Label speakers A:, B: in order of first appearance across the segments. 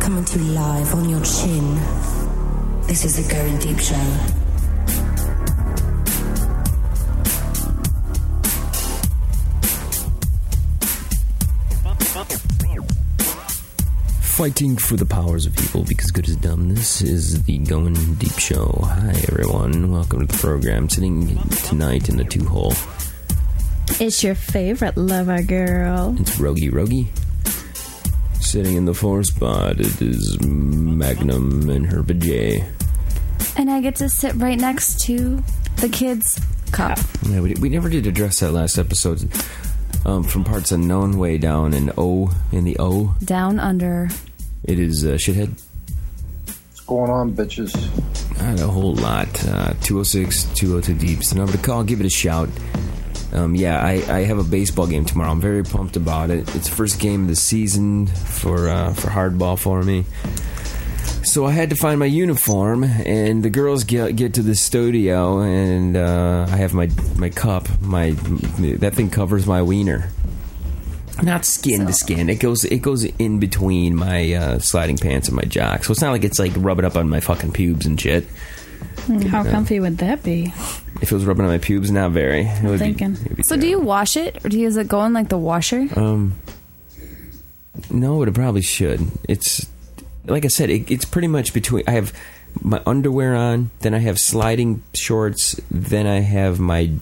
A: coming to you live on your chin. This is the Going Deep Show.
B: Fighting for the powers of evil because good is dumb. This is the Going Deep Show. Hi, everyone. Welcome to the program. Sitting tonight in the two hole,
C: It's your favorite lover girl.
B: it's Rogi Rogi. Sitting in the four spot, it is Magnum and her J.
D: And I get to sit right next to the kid's cup.
B: Yeah, we, we never did address that last episode. Um, from parts unknown, way down in O, in the O,
D: Down under.
B: it is uh, Shithead.
E: What's going on, bitches?
B: Not a whole lot. Uh, 206 202 Deeps. The number to call, give it a shout. Um, yeah, I, I have a baseball game tomorrow. I'm very pumped about it. It's the first game of the season for uh, for hardball for me. So I had to find my uniform, and the girls get get to the studio, and uh, I have my my cup. My that thing covers my wiener. Not skin to skin. It goes it goes in between my uh, sliding pants and my jock. So it's not like it's like rubbing up on my fucking pubes and shit.
C: How comfy would that be?
B: If it was rubbing on my pubes, not very. It would be-
C: thinking.
B: it would be
D: So do you
B: terrible.
D: wash it, or do you, does it go in like the washer?
B: Um, no, but it probably should. It's like I said. It, it's pretty much between. I have my underwear on, then I have sliding shorts, then I have my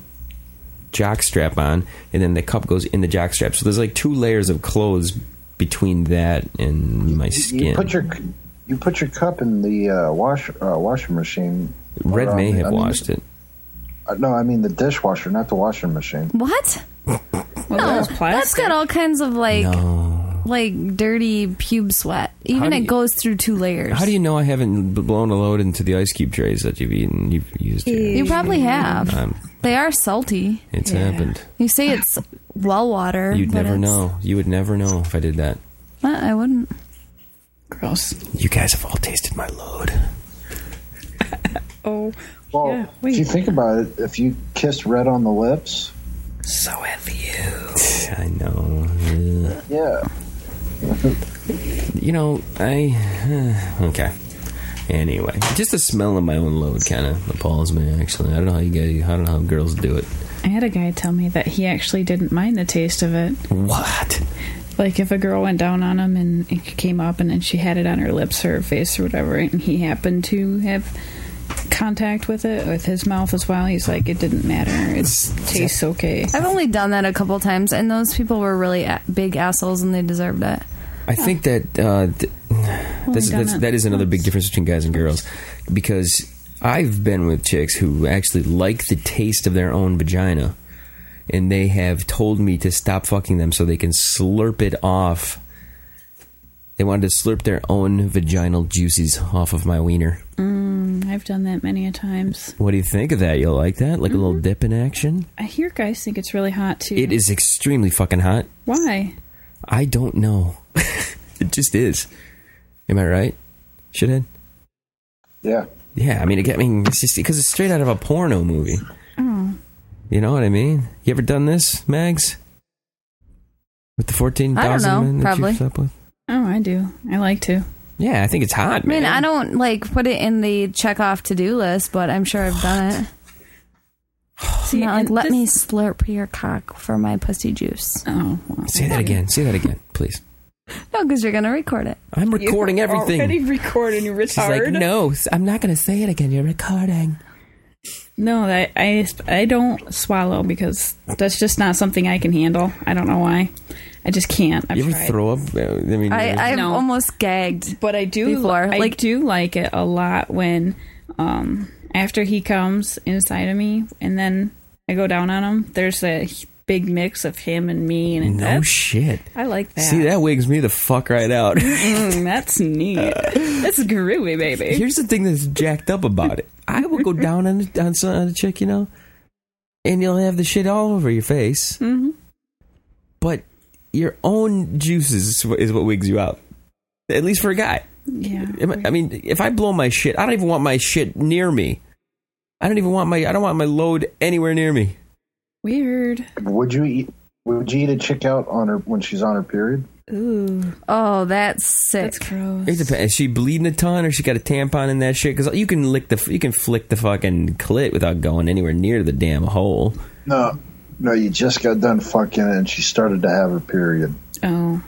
B: jock strap on, and then the cup goes in the jock strap. So there's like two layers of clothes between that and my skin.
E: You put your you put your cup in the uh, wash uh, washing machine.
B: Red
E: Or,
B: may
E: um, I
B: have
E: mean-
B: washed it.
E: Uh, no, I mean the dishwasher, not the washing machine.
D: What?
C: Well,
D: No,
C: that's
D: that's got all kinds of like like dirty pube sweat.
B: How
D: Even
B: do
D: it
B: you-
D: goes through two layers.
B: How do you know I haven't blown a load into the ice cube trays that you've eaten? You've used. here?
D: You probably have.
B: Um,
D: they are salty.
B: it's happened.
D: You say it's well water.
B: You'd
D: but
B: never
D: it's-
B: know. You would never know if I did that.
D: Uh, I wouldn't.
C: gross.
B: You guys have all tasted my load.
C: Oh,
E: Well,
C: yeah.
E: if you
C: Wait,
E: think about it, if you kiss red on the lips,
C: so heavy.
B: I know. Ugh.
E: yeah,
B: You know, I. okay. Anyway, just the smell of my own load kind of appalls me. Actually, I don't know how you guys. I don't know how girls do it.
C: I had a guy tell me that he actually didn't mind the taste of it.
B: What?
C: Like if a girl went down on him and it came up and then she had it on her lips or her face or whatever, and he happened to have contact with it with his mouth as well, he's like, it didn't matter. It tastes okay.
D: I've only done that a couple times, and those people were really a- big assholes, and they deserved it.
B: I think that uh, th- that's,
C: done
B: that's,
C: it
B: that is another big
C: once.
B: difference between guys and girls because I've been with chicks who actually like the taste of their own vagina and they have told me to stop fucking them so they can slurp it off. They wanted to slurp their own vaginal juices off of my wiener.
C: Mm, I've done that many a times.
B: What do you think of that? You like that? Like a little
C: Mm-hmm.
B: dip in action?
C: I hear guys think it's really hot too.
B: It is extremely fucking hot.
C: Why?
B: I don't know. it just is. Am I right? Shithead?
E: yeah.
B: Yeah, I mean, it, I mean, it's just because it's straight out of a porno movie.
C: Oh.
B: You know what I mean? You ever done this, Mags? With the fourteen
D: I don't know,
B: thousand men that
D: probably.
B: you slept with?
C: Oh, I do. I like to.
B: Yeah, I think it's hot,
D: I mean,
B: man.
D: I don't like put it in the check off to do list, but I'm sure I've done it.
C: See,
D: Not like,
C: and
D: let
C: this-
D: me slurp your cock for my pussy juice.
C: Oh, well,
B: Say that again. Say that again, please.
D: No, because you're gonna record it.
B: I'm recording everything.
C: Already recording, you
B: She's like,
C: retard.
B: no, I'm not going to say it again. You're recording.
C: no, I, I, I don't swallow because that's just not something I can handle. I don't know why. I just can't. I've
B: You ever
C: tried.
B: throw up? Uh, I mean,
D: I,
B: uh,
D: I've
C: No.
D: almost gagged.
C: but I do
D: before,
C: I
D: like-
C: do like it a lot when um after he comes inside of me and then I go down on him. There's a big mix of him and me and
B: no
C: that's-
B: shit.
C: I like that.
B: See, that wigs me the fuck right out.
C: Mm, that's neat. that's groovy, baby.
B: Here's the thing that's jacked up about it. I will go down on on, some, on a chick, you know, and you'll have the shit all over your face. Mm-hmm. But your own juices is what- is what wigs you out. At least for a guy.
C: yeah.
B: Am I I mean, if I blow my shit, I don't even want my shit near me. I don't even want my I don't want my load anywhere near me.
C: Weird.
E: Would you eat? Would you eat a chick out on her when she's on her period?
C: Ooh,
D: Oh, that's sick.
C: that's gross.
B: It depends. Is she bleeding a ton, or she got a tampon in that shit? Because you can lick the, you can flick the fucking clit without going anywhere near the damn hole.
E: No, no. You just got done fucking and she started to have her period.
C: Oh,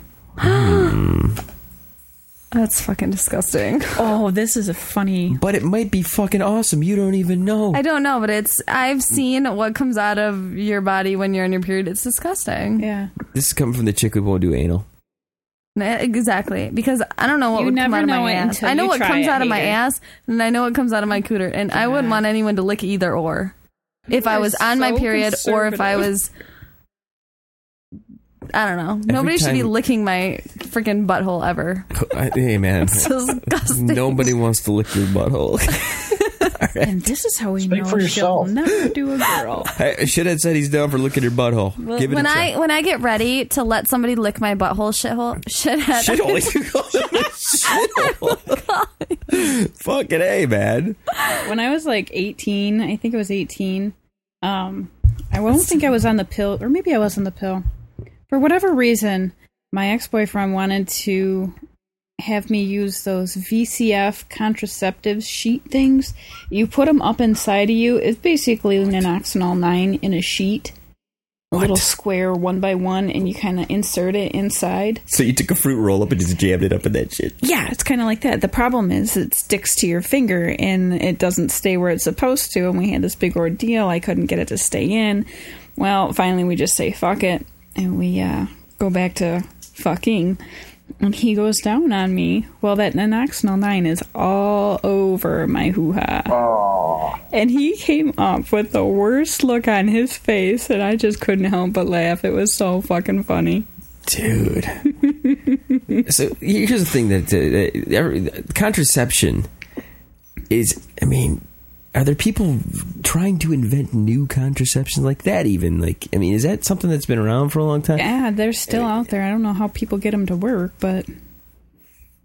D: That's fucking disgusting.
C: oh, this is a funny.
B: But it might be fucking awesome. You don't even know.
D: I don't know, but it's I've seen what comes out of your body when you're on your period. It's disgusting.
C: Yeah,
B: this is coming from the chick who won't do anal.
D: Eh, Exactly, because I don't know what
C: You
D: would come
C: never
D: out of
C: know
D: my
C: it
D: ass.
C: until
D: I know
C: you
D: what
C: try
D: comes
C: it,
D: out of my
C: hater.
D: ass, and I know what comes out of my cooter, and I wouldn't want anyone to lick either or. If I
C: are
D: was on my
C: so
D: period, or if I
C: conservative.
D: was, I don't know. Nobody should be
B: time-
D: licking my freaking butthole ever.
B: I- hey man,
D: It's disgusting.
B: nobody wants to lick your butthole.
C: and this is how we
E: Speak
C: know
E: for yourself.
C: she'll never do a girl.
B: I should have said he's down for licking your butthole.
D: Well,
B: Give it
D: when
B: a
D: I
B: try.
D: when I get ready to let somebody lick my butthole, shithole, shithead,
B: Shithole. You call it a shithole. Fucking a man.
C: when I was like 18, I think I was 18. Um, I won't think I was on the pill, or maybe I was on the pill. For whatever reason, my ex boyfriend wanted to have me use those VCF contraceptive sheet things. You put them up inside of you. It's basically nanoxonol 9 in a sheet, a little square one by one, and you kind of insert it inside.
B: So you took a fruit roll up and just jammed it up in that shit.
C: Yeah, it's kind of like that. The problem is it sticks to your finger and it doesn't stay where it's supposed to. And we had this big ordeal. I couldn't get it to stay in. Well, finally we just say fuck it and we uh, go back to fucking. And he goes down on me. Well, that nanoxonil 9 is all over my hoo ha. And he came up with the worst look on his face, and I just couldn't help but laugh. It was so fucking funny.
B: dude. so here's the thing that, uh, that every, contraception is. I mean, are there people trying to invent new contraceptions like that? Even like, I mean, is that something that's been around for a long time?
C: Yeah, they're still out there. I don't know how people get them to work, but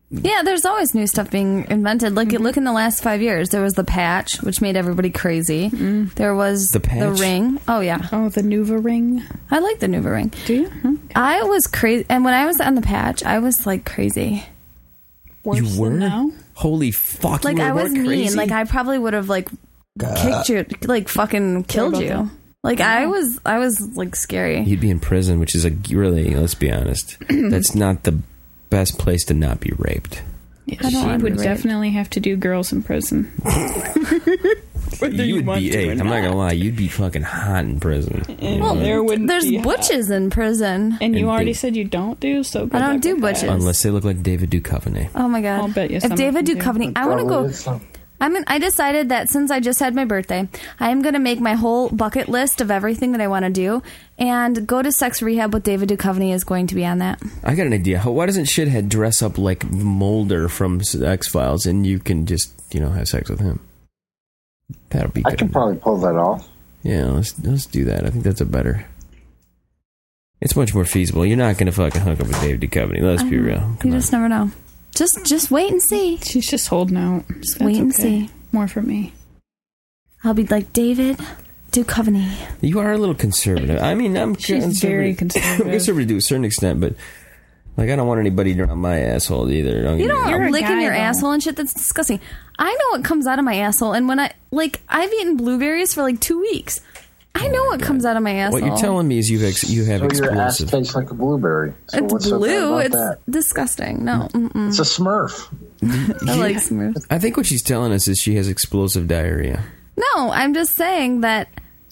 D: Yeah, there's always new stuff being invented. Like
C: Mm-hmm.
D: look in the last five years, there was the patch, which made everybody crazy.
C: Mm.
D: There was
B: The patch?
D: ring. Oh yeah,
C: Oh, the Nuva ring.
D: I like the Nuva ring.
C: Do you? Huh?
D: I was crazy, and when I was on the patch, I was like crazy.
C: Worse
B: you were
C: than now?
B: holy fuck!
D: Like
B: you
D: I
B: were
D: was
B: more
D: mean.
B: crazy?
D: Like I probably would have like kicked you, like fucking killed
C: about
D: you.
C: that.
D: Like I was, I was like scary.
B: You'd be in prison, which is a really. Let's be honest. that's not the best place to not be raped.
C: Yeah,
D: I don't
C: she
D: wanna
C: would
D: be raped.
C: definitely have to do girls in prison. Whether
B: you would
C: want
B: be.
C: to
B: hey,
C: or
B: I'm not gonna lie. You'd be fucking hot in prison.
C: And there wouldn't
D: There's
C: be
D: butches in prison.
C: And you
B: And
C: already
B: they-
C: said you don't do, so good
D: I don't
C: luck
D: do
C: with that.
D: butches.
B: Unless they look like David Duchovny.
D: Oh my god!
C: I'll bet you some
D: If
C: of
D: David
C: them do.
D: Duchovny, I want to
E: Probably
D: go.
E: is some-
D: I'm. An, I decided that since I just had my birthday, I am going to make my whole bucket list of everything that I want to do, and go to sex rehab with David Duchovny is going to be on that.
B: I got an idea. How, why doesn't shithead dress up like Mulder from X Files, and you can just you know have sex with him? That'll be good.
E: I can probably pull that off.
B: yeah, let's let's do that. I think that's a better. It's much more feasible. You're not gonna fucking hook up with David Duchovny. Let's be real.
D: Uh-huh. you
B: Come on.
D: just never know. Just, just wait and see.
C: She's just holding out.
D: Just wait and see.
C: More for me.
D: I'll be like David Duchovny.
B: You are a little conservative. I mean, I'm
C: She's
B: conservative.
C: very conservative.
B: I'm conservative to a certain extent, but like I don't want anybody down my asshole either. Don't
D: You
B: get me
D: don't
B: wrong.
C: You're a
D: want licking
C: guy,
D: your
C: though.
D: asshole and shit. That's disgusting. I know what comes out of my asshole, and when I like, I've eaten blueberries for like two weeks. I know what comes out of my asshole.
B: Oh What you're telling me is you've ex- you have
E: So your ass
B: explosive.
E: tastes like a blueberry. So what's
D: It's
E: so bad
D: blue.
E: about
D: It's mm.
E: that?
D: disgusting. No, mm-mm.
E: It's a Smurf.
D: I like smooth.
B: I think what she's telling us is she has explosive diarrhea.
D: No, I'm just saying that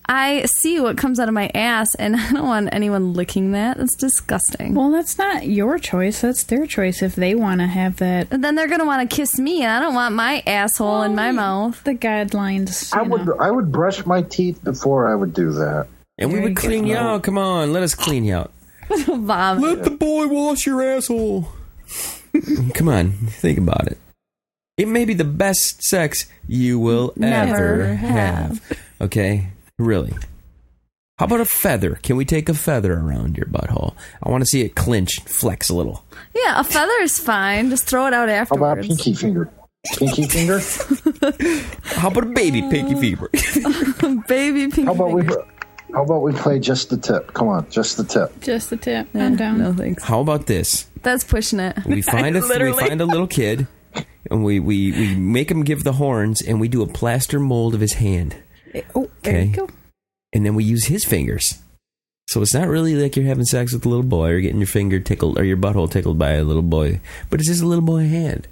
D: I see what comes out of my ass, and I don't want anyone licking that. That's disgusting.
C: Well, that's not your choice. That's their choice if they want to have that.
D: and then they're gonna want to kiss me, and I don't want my asshole in my mouth.
C: The guidelines.
E: I
C: you
E: would
C: know.
E: I would brush my teeth before I would do that.
B: And we
C: There
B: would
C: you go.
B: clean you out. Come on, let us clean you out.
D: Vomit.
B: Let the boy wash your asshole. Come on, think about it. It may be the best sex you will
D: Never
B: ever have. Okay, really. How about a feather? Can we take a feather around your butthole? I want to see it clinch, flex a little.
D: Yeah, a feather is fine. Just throw it out
E: How about
D: afterwards.
E: pinky finger? Pinky finger?
B: How about a baby pinky fever?
D: Baby pinky.
E: How about we
D: finger.
E: br- How about we play just the tip? Come on, just the tip.
C: Just the tip.
D: Yeah,
C: I'm down.
D: No thanks.
B: How about this?
D: That's pushing it.
B: We find a we
C: Literally.
B: find a little kid, and we, we we make him give the horns, and we do a plaster mold of his hand,
C: Oh, there you
B: Okay.
C: go.
B: and then we use his fingers. So it's not really like you're having sex with a little boy or getting your finger tickled or your butthole tickled by a little boy, but it's just a little boy hand,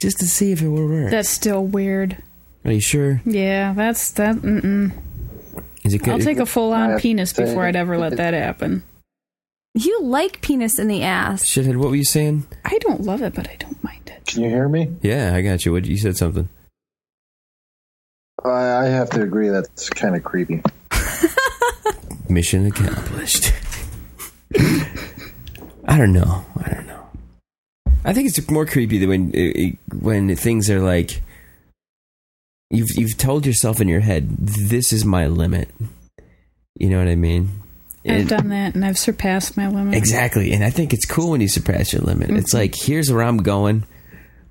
B: just to see if it will work.
C: That's still weird.
B: Are you sure?
C: Yeah, that's that. Mm-mm.
B: Is it?
C: I'll take a full
E: I
C: on
E: have
C: penis
E: to-
C: before I'd ever let that happen.
D: You like penis in the ass.
B: shithead. What were you saying?
C: I don't love it, but I don't mind it.
E: Can you hear me?
B: Yeah, I got you. What you said something.
E: I, I have to agree that's kind of creepy.
B: Mission accomplished. I don't know. I don't know. I think it's more creepy than when it- when things are like you've you've told yourself in your head this is my limit. You know what I mean?
C: I've
B: And-
C: done that and I've surpassed my limit.
B: exactly, and I think it's cool when you surpass your limit. It's
C: Mm-hmm.
B: like here's where I'm going,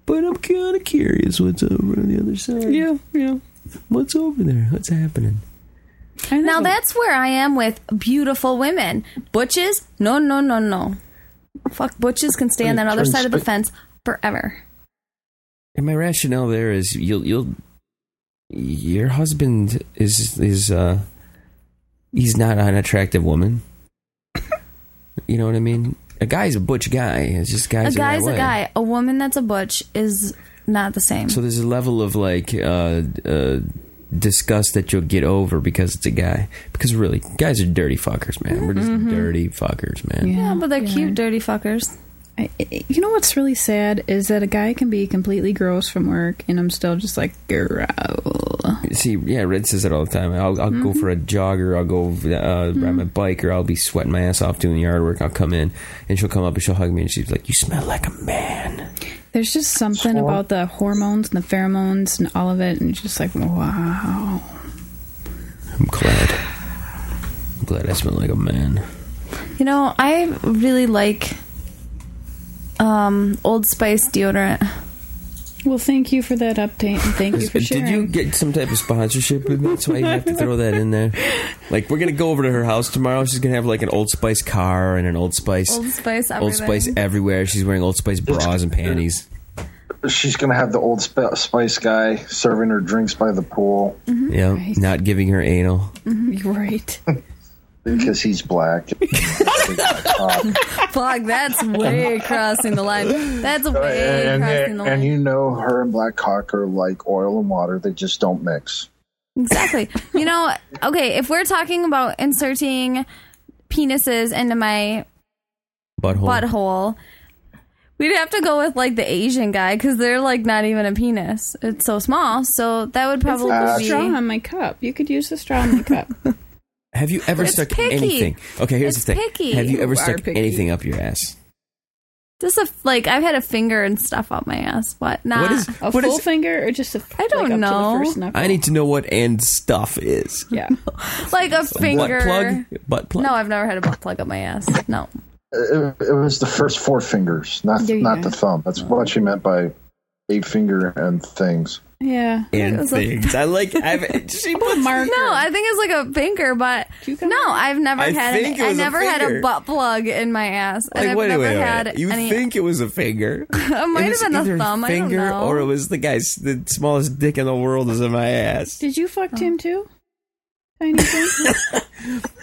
B: but I'm kind of curious what's over on the other side.
C: Yeah, yeah.
B: what's over there? What's happening?
C: I know.
D: Now that's where I am with beautiful women. Butches? No, no, no, no. Fuck, butches can stay on that other side of the fence forever.
B: And my rationale there is you'll you'll your husband is is uh he's not an attractive woman. you know what I mean? A guy's a butch guy. It's just
D: A
B: guys. are that
D: guy's a
B: way.
D: guy. A woman that's a butch is not the same.
B: So there's a level of like uh uh disgust that you'll get over because it's a guy. Because really, guys are dirty fuckers, man. We're just
D: Mm-hmm.
B: dirty fuckers, man.
C: Yeah.
D: yeah, but they're
C: yeah.
D: cute, dirty fuckers.
C: I, I- you know what's really sad is that a guy can be completely gross from work and I'm still just like, growl.
B: See, yeah, Red says it all the time. I'll, I'll go for a jog or I'll go uh, ride my bike or I'll be sweating my ass off doing yard work. I'll come in and she'll come up and she'll hug me and she's like, "You smell like a man."
C: There's just something
E: Sure.
C: about the hormones and the pheromones and all of it, and it's just like, wow.
B: I'm glad. I'm glad I smell like a man.
D: You know, I really like um, Old Spice deodorant.
C: Well, thank you for that update, and thank you for sharing.
B: Did you get some type of sponsorship with that? So you have to throw that in there. Like we're gonna go over to her house tomorrow. She's gonna have like an Old Spice car and an Old Spice,
D: Old Spice
B: Old Spice everywhere. She's wearing Old Spice bras and panties.
E: She's going to have the old sp- spice guy serving her drinks by the pool
B: Yeah,
C: Right.
B: not giving her anal.
C: You're right.
E: because he's black.
D: Fuck, that's way crossing the line. That's way
E: and,
D: crossing
E: and,
D: the line.
E: and you know her and Black Hawk are like oil and water. They just don't mix.
D: Exactly. You know, okay, if we're talking about inserting penises into my
B: Butthole.
D: butthole, we'd have to go with like the Asian guy because they're like not even a penis. It's so small. So that would probably
E: like a
D: be.
C: straw in my cup. You could use the straw in my cup.
B: Have you ever
D: It's
B: stuck
D: picky.
B: anything? Okay, here's
D: It's
B: the thing.
D: picky.
B: Have you ever
D: You
B: stuck
D: are picky.
B: anything up your ass?
D: Just a, like, I've had a finger and stuff up my ass, but not.
B: What is?
C: A
B: what
C: full
B: is-
C: finger or just a
D: I don't
C: like, up To
D: know.
C: the first knuckle?
B: I need to know what and stuff is.
C: Yeah.
D: like a
B: Butt plug.
D: finger.
B: Butt plug.
D: No, I've never had a butt plug up my ass. No.
E: It, it was the first four fingers, not
C: There you
E: not
C: go.
E: the thumb. That's what she meant by eight finger and things.
C: Yeah.
B: and
D: was a-
B: things. I like. I've. She puts
C: Marker.
D: No, I think it's like a finger, but
C: Cucumber?
D: no, I've never
B: I
D: had.
B: think
D: Any,
B: it
D: I
B: was a
D: never had
B: finger.
D: a butt plug in my ass. and
B: like.
D: I've
B: Wait, wait,
D: never
B: wait.
D: had
B: You
D: any.
B: think it was a finger?
D: it might
B: It
D: have
B: was
D: been
B: either
D: a thumb.
B: Finger,
D: I don't know.
B: or it was the guy's the smallest dick in the world is in my ass.
C: Did you
E: Oh.
C: fuck Tim too? Tiny Tim?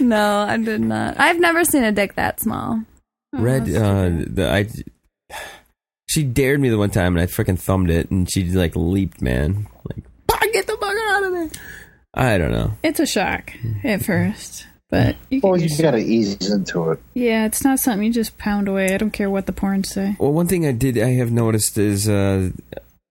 D: no, I did not. I've never seen a dick that small.
C: Oh,
B: Red,
C: that's
B: uh,
C: too
B: the, I, she dared me the one time, and I freaking thumbed it, and she like leaped, man, like, "Bah, get the bugger out of there. I don't know.
C: bad. It's a shock
B: Mm-hmm.
C: at first, but you can
E: Well, you
C: use-
E: got to ease into it.
C: yeah, it's not something you just pound away. I don't care what the porn say.
B: Well, one thing I did, I have noticed is, uh,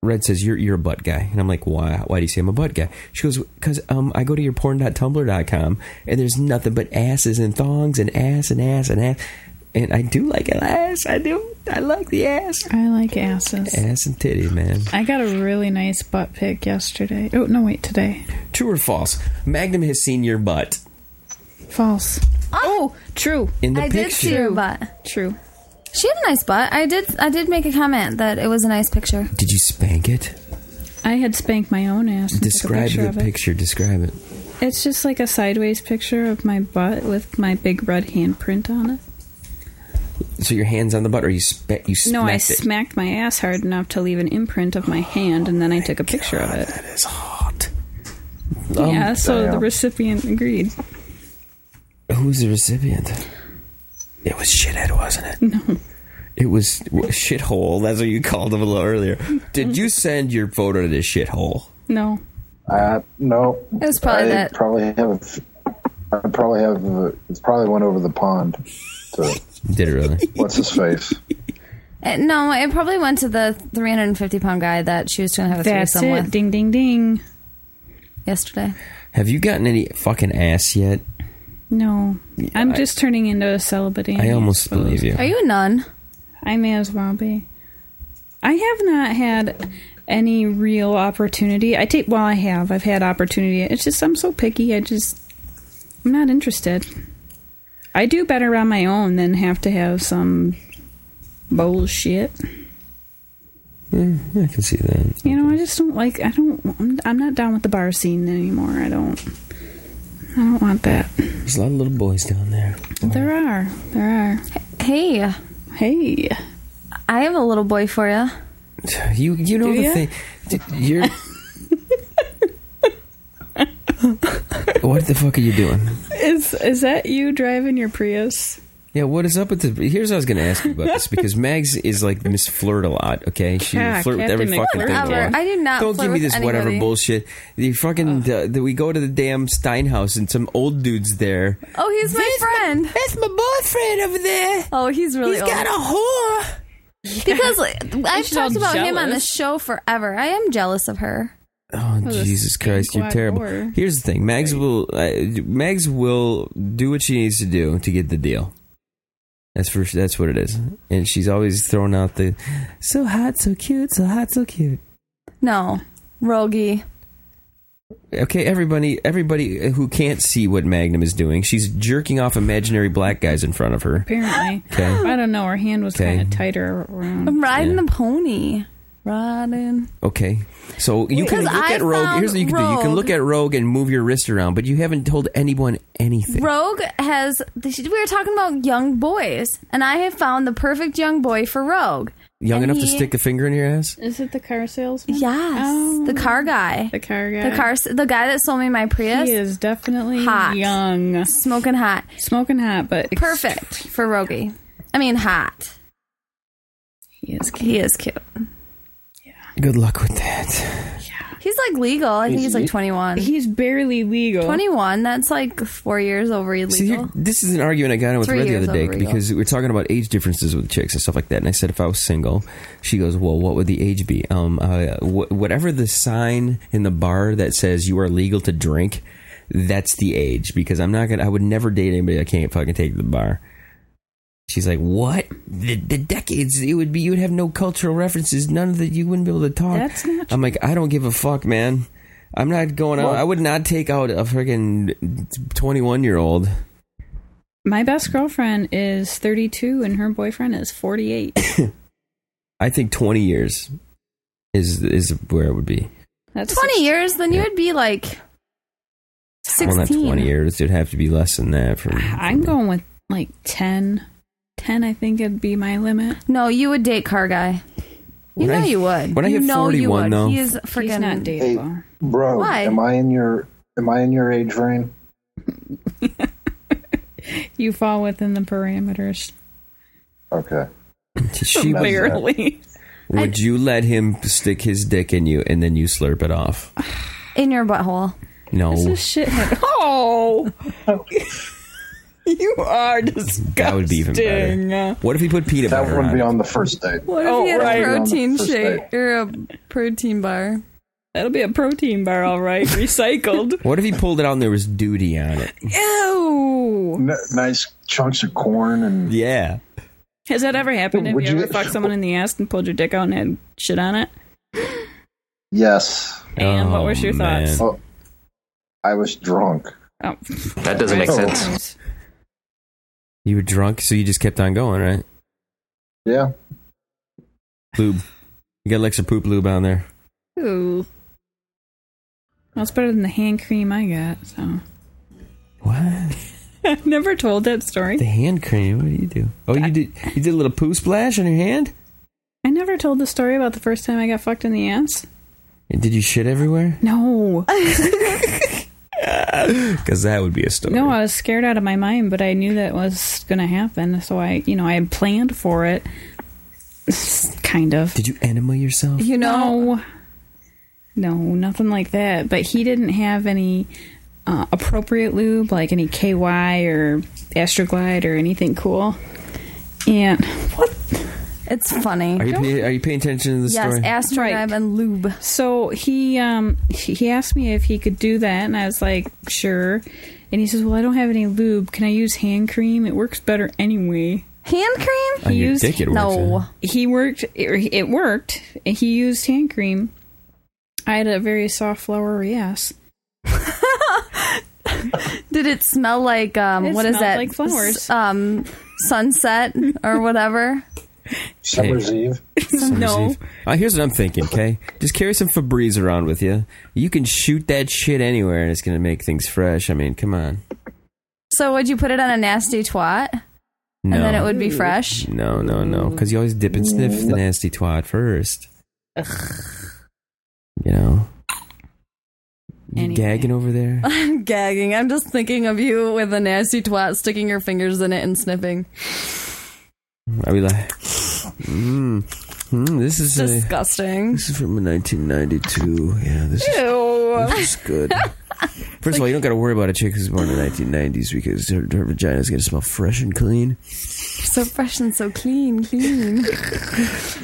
B: Red says you're you're a butt guy, and I'm like, why? Why do you say I'm a butt guy? She goes, because um, I go to your porn.tumblr.com, and there's nothing but asses and thongs and ass and ass and ass, and I do like an ass. I do. I like the ass.
C: I like asses.
B: Ass and titty, man.
C: I got a really nice butt pic yesterday. Oh no, wait, today.
B: True or false? Magnum has seen your butt
C: False.
E: Ah!
C: Oh, true,
B: in the
D: I
B: picture.
D: did see her butt.
C: true.
D: She had a nice butt. I did. I did make a comment that it was a nice picture.
B: Did you spank it?
C: I had spanked my own ass. And
B: Describe
C: took a picture
B: the
C: of it.
B: picture. Describe it.
C: It's just like a sideways picture of my butt with my big red handprint on it.
B: So your hands on the butt, or you spe- you
C: No, I
B: smacked it?
C: smacked my ass hard enough to leave an imprint of my hand, and then I took a picture of it.
B: Ah, That is hot. Oh,
C: yeah, so
E: yeah.
C: the recipient agreed.
B: Who was the recipient? It was shithead, wasn't it? No. It was w- shithole. That's what you called him a little earlier. Did you send your photo to the shithole?
C: No,
E: Uh, no.
D: It was probably
E: I
D: that-
E: Probably have. I probably have. uh, It's probably went over the pond. To,
B: Did it really?
E: what's his face?
D: Uh, no, it probably went to the 350 pound guy that she was going to have a
C: that's
D: threesome
C: it.
D: with
C: Ding, ding, ding.
D: yesterday.
B: Have you gotten any fucking ass yet?
C: No, I'm
B: I-
C: just turning into a celibate.
B: I almost believe you.
D: Are you a nun?
C: I may as well be. I have not had any real opportunity. I take well, I have. I've had opportunity. It's just I'm so picky. I just I'm not interested. I do better on my own than have to have some bullshit.
B: I can see that.
C: You know, I just don't like. I don't. I'm, I'm not down with the bar scene anymore. I don't. I don't want that.
B: There's a lot of little boys down there.
C: There are. There
D: Hey,
C: are. Hey.
D: I have a little boy for you.
B: You you know
C: Do
B: the
C: ya?
B: thing. d- You're. what the fuck are you doing?
C: Is is that you driving your Prius?
B: Yeah, what is up with the? Here's what I was going to ask you about this because Mags is like Miss Flirt a lot. Okay, she
C: Yeah,
B: flirt with
C: Captain
B: every fucking thing.
C: McFlirt.
B: going.
D: I do not
B: Don't
D: flirt
B: give me
D: with
B: this whatever
D: anybody.
B: bullshit. The fucking the, the- we go to the damn Steinhouse and some old dudes there.
D: Oh, he's my friend.
B: That's my boyfriend over there.
D: Oh, he's really old.
B: a whore.
D: because like, I've
C: She's all
D: talked about him on the
C: jealous.
D: show forever. I am jealous of her.
B: Oh,
C: this
B: Jesus Christ, you're
C: black
B: terrible.
C: whore.
B: Here's the thing, Mags will uh, Mags will do what she needs to do to get the deal. That's for that's what it is,
D: Mm-hmm.
B: and she's always throwing out the so hot, so cute, so hot, so cute.
D: No, Rogie.
B: Okay, everybody, everybody who can't see what Magnum is doing, she's jerking off imaginary black guys in front of her.
C: Apparently.
B: Okay,
C: I don't know. Her hand was
B: Okay.
C: kind of tighter around.
D: I'm riding
B: Yeah.
D: the pony. Riding.
B: okay. So you can
D: Because
B: look
D: I
B: at Rogue.
D: found
B: Here's what you can do: you can
D: Rogue.
B: look at Rogue and move your wrist around, but you haven't told anyone anything.
D: Rogue has. We were talking about young boys, and I have found the perfect young boy for Rogue.
B: Young
D: and
B: enough to
D: he-
B: stick a finger in your ass.
C: Is it the car salesman?
D: Yes,
C: Oh.
D: the car guy,
C: The car guy.
D: the car, the guy that sold me my Prius,
C: He is definitely
D: Hot.
C: young,
D: smoking hot,
C: smoking hot, but ex-
D: perfect for Rogie. I mean, hot.
C: He is cute.
D: He is cute.
B: Good luck with that.
D: He's like legal. I think he's like 21.
C: He's barely legal.
D: 21. That's like four years over illegal.
B: See, here, this is an argument I got in with
D: Three
B: Red the
D: years
B: other day
D: over you.
B: because we were talking about age differences with chicks and stuff like that. And I said if I was single, she goes, "Well, what would the age be? Um, uh, wh- whatever the sign in the bar that says you are legal to drink, that's the age. Because I'm not gonna, I would never date anybody I can't fucking take to the bar." She's like, "What? The, the decades? It would be you would have no cultural references, none of that. You wouldn't be able to talk."
C: That's not
B: I'm like, I don't give a fuck, man. I'm not going out. I would not take out a freaking 21 year old.
C: My best girlfriend is 32 and her boyfriend is 48.
B: I think 20 years is is where it would be.
C: That's
D: 20 years, then you would be like 16.
B: Well, not 20 years. It'd have to be less than that. From
C: I'm going with like 10. 10 I think would be my limit.
D: No, you would date car guy. You
B: When
D: know
B: I-
D: you would.
B: when I
D: you
B: hit
D: know you
B: 41
D: would.
B: though.
D: he is freaking
C: He's not dateable.
E: Bro,
D: Why?
E: am I in your? Am I in your age range?
C: You fall within the parameters.
E: Okay.
B: She would,
E: Bigger.
C: Barely.
B: would you let him stick his dick in you and then you slurp it off?
D: in your butthole.
B: No,
C: This is shithead. Oh! you are disgusting.
B: that would be even better. What if he put peanut
E: That
B: butter
E: wouldn't
B: on?
E: be
B: it?
E: on the first date.
D: What if
C: Oh,
D: he had
C: right.
D: a protein
E: First date.
D: shake or a protein bar?
C: That'll be a protein bar, all right. Recycled.
B: What if he pulled it out and there was duty on it?
C: Ew.
E: N- nice chunks of corn and
B: Yeah.
C: Has that ever happened? Have
E: Would
C: you,
E: you-
C: ever fucked someone in the ass and pulled your dick out and had shit on it?
E: yes.
C: And what
B: Oh,
C: was your
B: man.
C: thoughts?
E: Oh, I was drunk.
C: Oh,
F: That doesn't make sense.
B: You were drunk, so you just kept on going, right?
E: Yeah.
B: Lube. You got like some poop lube on there.
C: Ooh. Well, it's better than the hand cream I got. So
B: What?
C: I've never told that story.
B: The hand cream? What do you do? Oh, you did you did a little poo splash on your hand?
C: I never told the story about the first time I got fucked in the ass.
B: Did you shit everywhere?
C: No,
B: Because that would be a story.
C: no, I was scared out of my mind, but I knew that was going to happen. So I, you know, I had planned for it. kind of.
B: Did you enema yourself?
D: You know,
C: No. No, nothing like that. But he didn't have any uh, appropriate lube, like any KY or Astroglide or anything cool. And what?
D: it's funny.
B: Are you pay, are you paying attention to the
D: Yes,
B: story?
D: astronaut
C: Right.
D: and lube.
C: So he um he he asked me if he could do that, and I was like, sure. And he says, well, I don't have any lube. Can I use hand cream? It works better anyway.
D: Hand cream?
B: on your
C: used-
B: dick it works,
D: No.
B: huh?
C: he worked it, it worked he used hand cream i had a very soft flowery ass
D: Did it smell like um?
C: It
D: what is
C: smelled
D: that?
C: like flowers.
D: S- um, sunset or whatever.
E: Summer's Eve.
C: no
B: Receive. Uh, here's what I'm thinking, okay? Just carry some Febreze around with you. You can shoot that shit anywhere and it's going to make things fresh. I mean, come on.
D: So would you put it on a nasty twat
B: No.
D: and then it would be fresh?
B: No, no, no. Because you always dip and sniff the nasty twat first. You know? You
C: Anyway.
B: gagging over there?
D: I'm gagging. I'm just thinking of you with a nasty twat sticking your fingers in it and sniffing.
B: I'd be like, mm, mm, this is a,
D: Disgusting.
B: this is from 1992. Yeah, this is, this is good. First of all, you don't got to worry about a chick who's born in the 1990s because her, her vagina's going to smell fresh and clean.
D: So fresh and so clean, clean.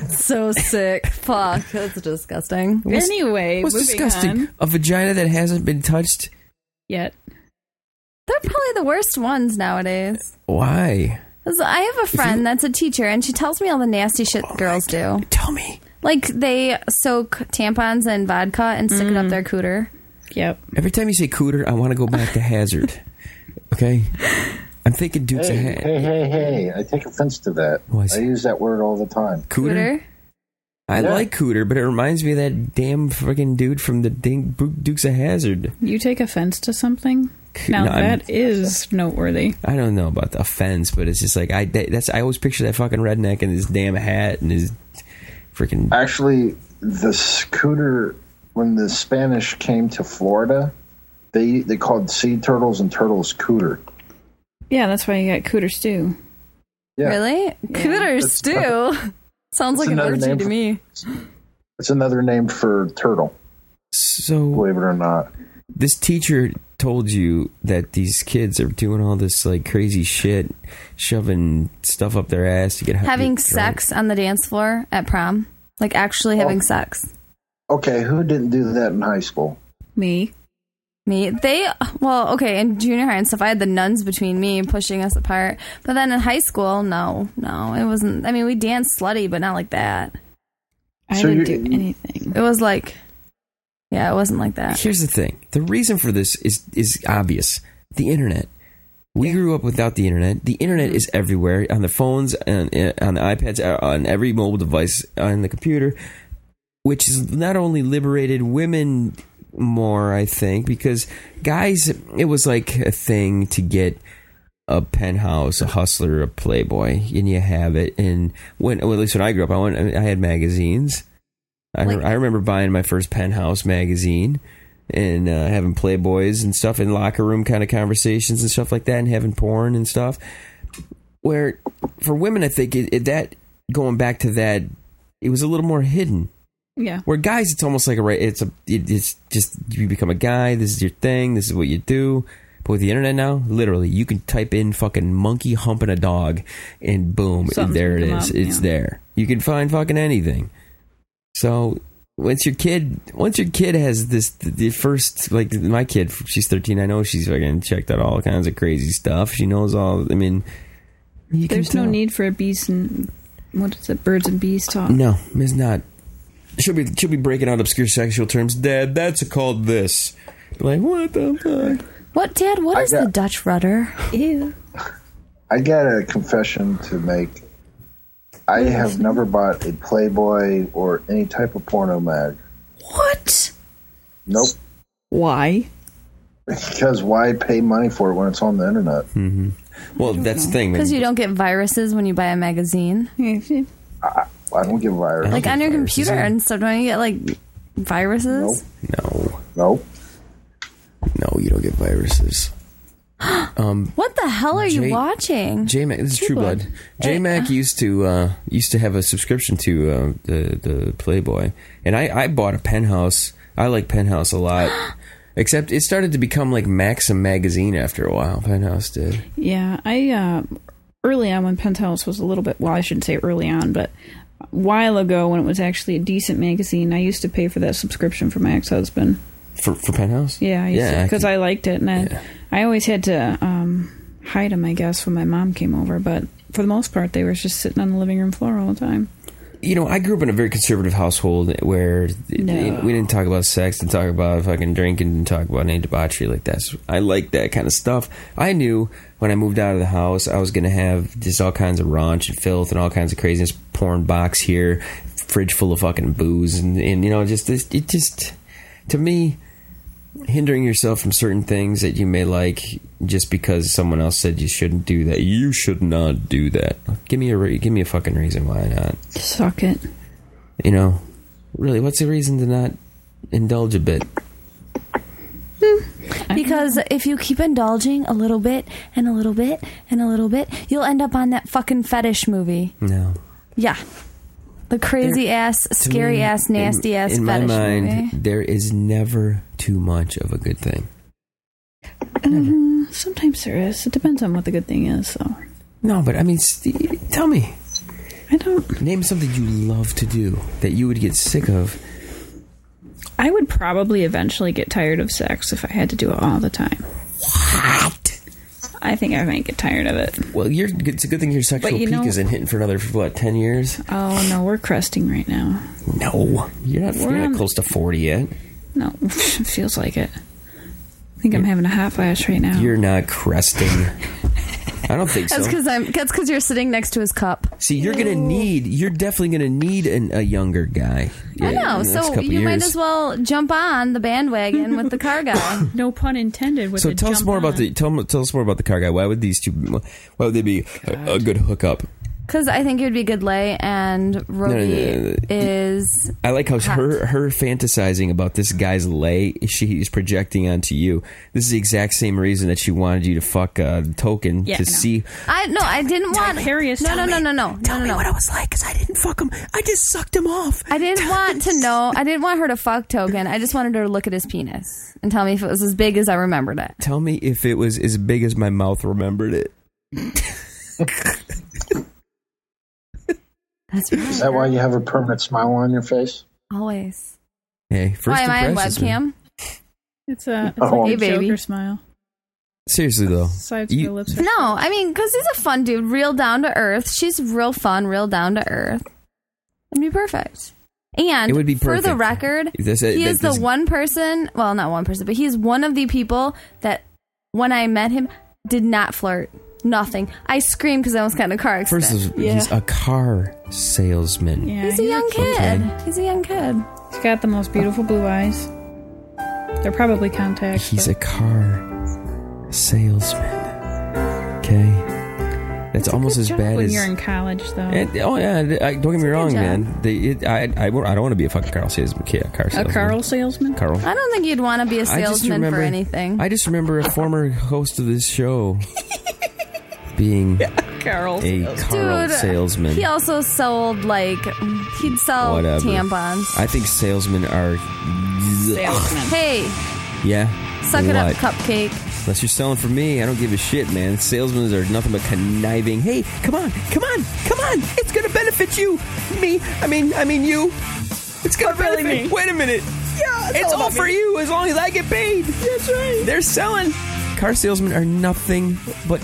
D: so sick. Fuck. That's disgusting.
C: anyway
B: What's
C: moving
B: disgusting?
C: on.
B: A vagina that hasn't been touched?
C: yet
D: They're probably the worst ones nowadays.
B: Why?
D: 'Cause I have a friend that's a teacher, and she tells me all the nasty shit girls do.
B: Tell me.
D: Like they soak tampons in vodka and stick it up their cooter.
C: yep
B: Every time you say cooter, I want to go back to hazard. Okay? I'm thinking Duke's
E: Hey,
B: a ha-
E: hey, hey, hey! I take offense to that.
B: Why is-
E: I use that word all the time.
B: Cooter?
D: Cooter?
B: I
E: Yeah.
B: like Cooter, but it reminds me of that damn friggin' dude from the ding- Bu- Dukes of Hazard.
C: you take offense to something now
B: No, I'm-
C: that is noteworthy
B: I don't know about the offense, but it's just like I that- that's I always picture that fucking redneck in his damn hat and his freaking
E: Actually, the scooter when the Spanish came to Florida, they they called sea turtles and turtles cooter.
C: yeah that's why you got cooter stew
E: Yeah,
D: Really? Cooters
E: That's-
D: stew. Sounds
E: That's
D: like an
E: another
D: orgy
E: name
D: to
E: for-
D: me.
E: it's another name for turtle.
B: so
E: Believe it or not,
B: this teacher told you that these kids are doing all this like crazy shit, shoving stuff up their ass to get high-
D: Having
B: drunk.
D: sex on the dance floor at prom. Like
E: Oh.
D: actually having sex.
E: okay, who didn't do that in high school?
C: me
D: Me, they, well, okay, in junior high and stuff, I had the nuns between me pushing us apart. But then in high school, no, no, it wasn't. I mean, we danced slutty, but not like that.
C: i
E: So
C: didn't
E: you-
C: do anything
D: It was like, yeah, it wasn't like that.
B: Here's the thing: the reason for this is is obvious. The internet. We grew up without the internet. The internet
D: Mm-hmm.
B: is everywhere on the phones, and on the iPads, uh, on every mobile device, on the computer, which has not only liberated women more, I think, because guys, it was like a thing to get a penthouse, a hustler, a playboy, and you have it. And when, well, at least when I grew up, I went, I had magazines. I,
D: Like-
B: I remember buying my first penthouse magazine and uh, having playboys and stuff in locker room kind of conversations and stuff like that, and having porn and stuff. Where for women, I think it, it, that going back to that, it was a little more hidden.
C: yeah
B: Where guys, it's almost like a right. It's a. It, it's just you become a guy. This is your thing. This is what you do. But with the internet now, literally, you can type in fucking monkey humping a dog, and boom,
C: Something's
B: there it
C: gonna come
B: is.
C: up,
B: it's
C: yeah.
B: there. You can find fucking anything. So once your kid, once your kid has this, the first like my kid, she's thirteen. I know she's fucking checked out all kinds of crazy stuff. She knows all. I mean, you can
C: there's no
B: tell.
C: need for a beast and what is it birds and bees talk
B: No, it's not. She'll be she'll be breaking out obscure sexual terms. Dad, that's called this. Like what the fuck?
D: What, Dad, What
E: I
D: is the
E: got-
D: Dutch rudder?
C: Ew.
E: I got a confession to make. I have never bought a Playboy or any type of porno mag.
D: What?
E: Nope.
C: Why?
E: Because why pay money for it when it's on the internet?
B: Well, that's the thing. man.
D: Because you don't get viruses when you buy a magazine.
E: I don't give a virus.
D: Like on your
B: Viruses,
D: computer
B: yeah.
D: and stuff, don't you get like
E: nope,
D: viruses?
B: No,
E: nope.
B: no, you don't get viruses.
D: What the hell are
B: Jay-
D: you watching?
B: J Mac, this is True
C: True
B: Blood.
C: Blood.
B: J Mac used to uh, used to have a subscription to uh, the the Playboy, and I I bought a penthouse. I like penthouse a lot. Except it started to become like Maxim magazine after a while. Penthouse did.
C: Yeah, I uh, early on when Penthouse was a little bit well, I shouldn't say early on, but a while ago when it was actually a decent magazine, I used to pay for that subscription for my ex-husband.
B: For for penthouse?
C: Yeah, I used
B: I
C: because
B: could-
C: I, liked it, and I,
B: yeah.
C: I always had to um, hide them, I guess, when my mom came over. But for the most part, they were just sitting on the living room floor all the time.
B: you know, I grew up in a very conservative household where
C: No.
B: we didn't talk about sex, didn't talk about fucking drinking, didn't talk about any debauchery like that. So I like that kind of stuff. I knew when I moved out of the house, I was going to have just all kinds of raunch and filth and all kinds of craziness, porn box here, fridge full of fucking booze, and, and you know, just this, it just, to me, hindering yourself from certain things that you may like just because someone else said you shouldn't do that. You should not do that. Give me a re- give me a fucking reason why not
C: Suck it.
B: you know, really, what's the reason to not indulge a bit?
D: Because if you keep indulging a little bit and a little bit and a little bit, you'll end up on that fucking fetish movie.
B: No.
D: Yeah. The crazy ass,
B: Mm.
D: scary ass, nasty ass
B: In my
D: fetish
B: mind,
D: movie.
B: there is never too much of a good thing.
C: Um, sometimes there is. It depends on what the good thing is. So
B: No, but I mean, st- tell me,
C: I don't.
B: name something you love to do that you would get sick of.
C: I would probably eventually get tired of sex if I had to do it all the time.
B: What?
C: I think I might get tired of it.
B: Well, you're, it's a good thing your sexual
C: But you
B: peak
C: know-
B: isn't hitting for another what ten years.
C: Oh no, we're cresting right now.
B: No, you're not. You're
C: We're
B: not
C: on-
B: close to forty yet.
C: No, feels like it. I think I'm having a hot flash right now.
B: You're not cresting. I don't think so.
D: That's because I'm. That's because you're sitting next to his cup.
B: See, you're gonna need. You're definitely gonna need an, a younger guy.
D: I
B: in
D: know.
B: the next
D: So
B: couple
D: you might
B: years.
D: as well jump on the bandwagon with the car guy.
C: no pun intended. With
B: So
C: the
B: tell us
C: jump
B: more about
C: on.
B: the tell tell us more about the car guy. Why would these two? Why would they be a, a good hookup?
D: Because I think it would be good lay, and Roby
B: no, no, no.
D: is
B: I like how
D: Hot.
B: her her fantasizing about this guy's lay she is projecting onto you. This is the exact same reason that she wanted you to fuck uh, Token
C: Yeah,
B: to
C: no.
B: see.
D: I no, I didn't want.
C: Harriet,
D: no,
C: tell
D: no, no,
C: me.
D: no, no, no, no, no.
B: was like because I didn't fuck him. I just sucked him off.
D: I didn't want to know. I didn't want her to fuck Token. I just wanted her to look at his penis and tell me if it was as big as I remembered it.
B: Tell me if it was as big as my mouth remembered it.
D: That's
E: Is that why you have a permanent smile on your face?
D: always.
B: Hey, first
D: Why am I on
B: impressions, man.
D: webcam?
C: It's a it's
E: Oh.
C: like
D: Hey,
C: a
D: baby.
C: Joker smile.
B: Seriously though,
C: Sides
B: You-
C: of the lips. Are
D: No, I mean, because he's a fun dude, real down to earth. She's real fun, real down to earth. It'd be perfect. And
B: It would be
D: for the
B: perfect.
D: record,
B: This- uh,
D: he
B: that-
D: is the
B: this-
D: one person, well, not one person, but he's one of the people that when I met him did not flirt. Nothing. I screamed because I was kind of car accident.
B: first is
C: Yeah.
B: he's a car salesman.
C: Yeah,
D: he's a
C: he
D: young
C: looks-
D: kid.
B: Okay.
D: He's a young kid.
C: He's got the most beautiful blue eyes. They're probably contacts.
B: He's
C: but-
B: a car salesman. Okay, that's almost
C: Good
B: as
C: job
B: bad
C: when
B: as.
C: you're in college, though.
B: And- oh yeah, I, don't get me wrong,
D: job.
B: man. They, it, I, I, I don't want to be a fucking car salesman. Okay, a car
C: a
B: salesman.
C: Carl salesman.
B: Carl.
D: I don't think you'd want to be a
B: I just
D: salesman
B: remember-
D: for anything.
B: I just remember a former host of this show being
C: Carl.
B: a Carl
D: Dude,
B: salesman.
D: He also sold, like, he'd sell
B: Whatever.
D: tampons.
B: I think salesmen are.
C: salesman.
D: hey,
B: Yeah.
D: suck it up,
B: What?
D: cupcake.
B: Unless you're selling for me, I don't give a shit, man. Salesmen are nothing but conniving. Hey, come on, come on, come on! It's gonna benefit you, me. I mean, I mean you. It's gonna
C: really
B: benefit.
C: me.
B: Wait a minute. Oh, Yeah, it's, all, for you as long as I get paid. That's right. They're selling. Car salesmen are nothing but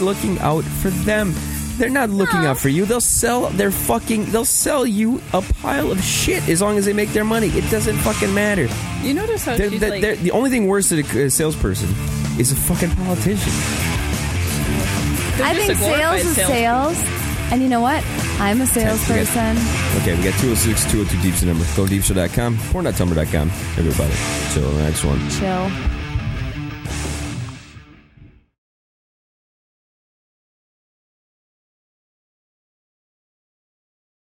B: looking out for them. They're not looking out for you. They'll sell their fucking. They'll sell you a pile of shit as long as they make their money. It doesn't fucking matter.
C: You notice how
B: They're,
C: she's
B: they're,
C: like,
B: they're- the only thing worse than a, a salesperson is a fucking politician.
D: I
C: just
D: think
C: a glorified
D: sales is sales. And you know what? I'm a
B: forget.
D: salesperson.
B: Okay, we got 206 202 Deeps the number. Go deepster.com, porn.tumblr.com, everybody. Till the next one.
D: Chill.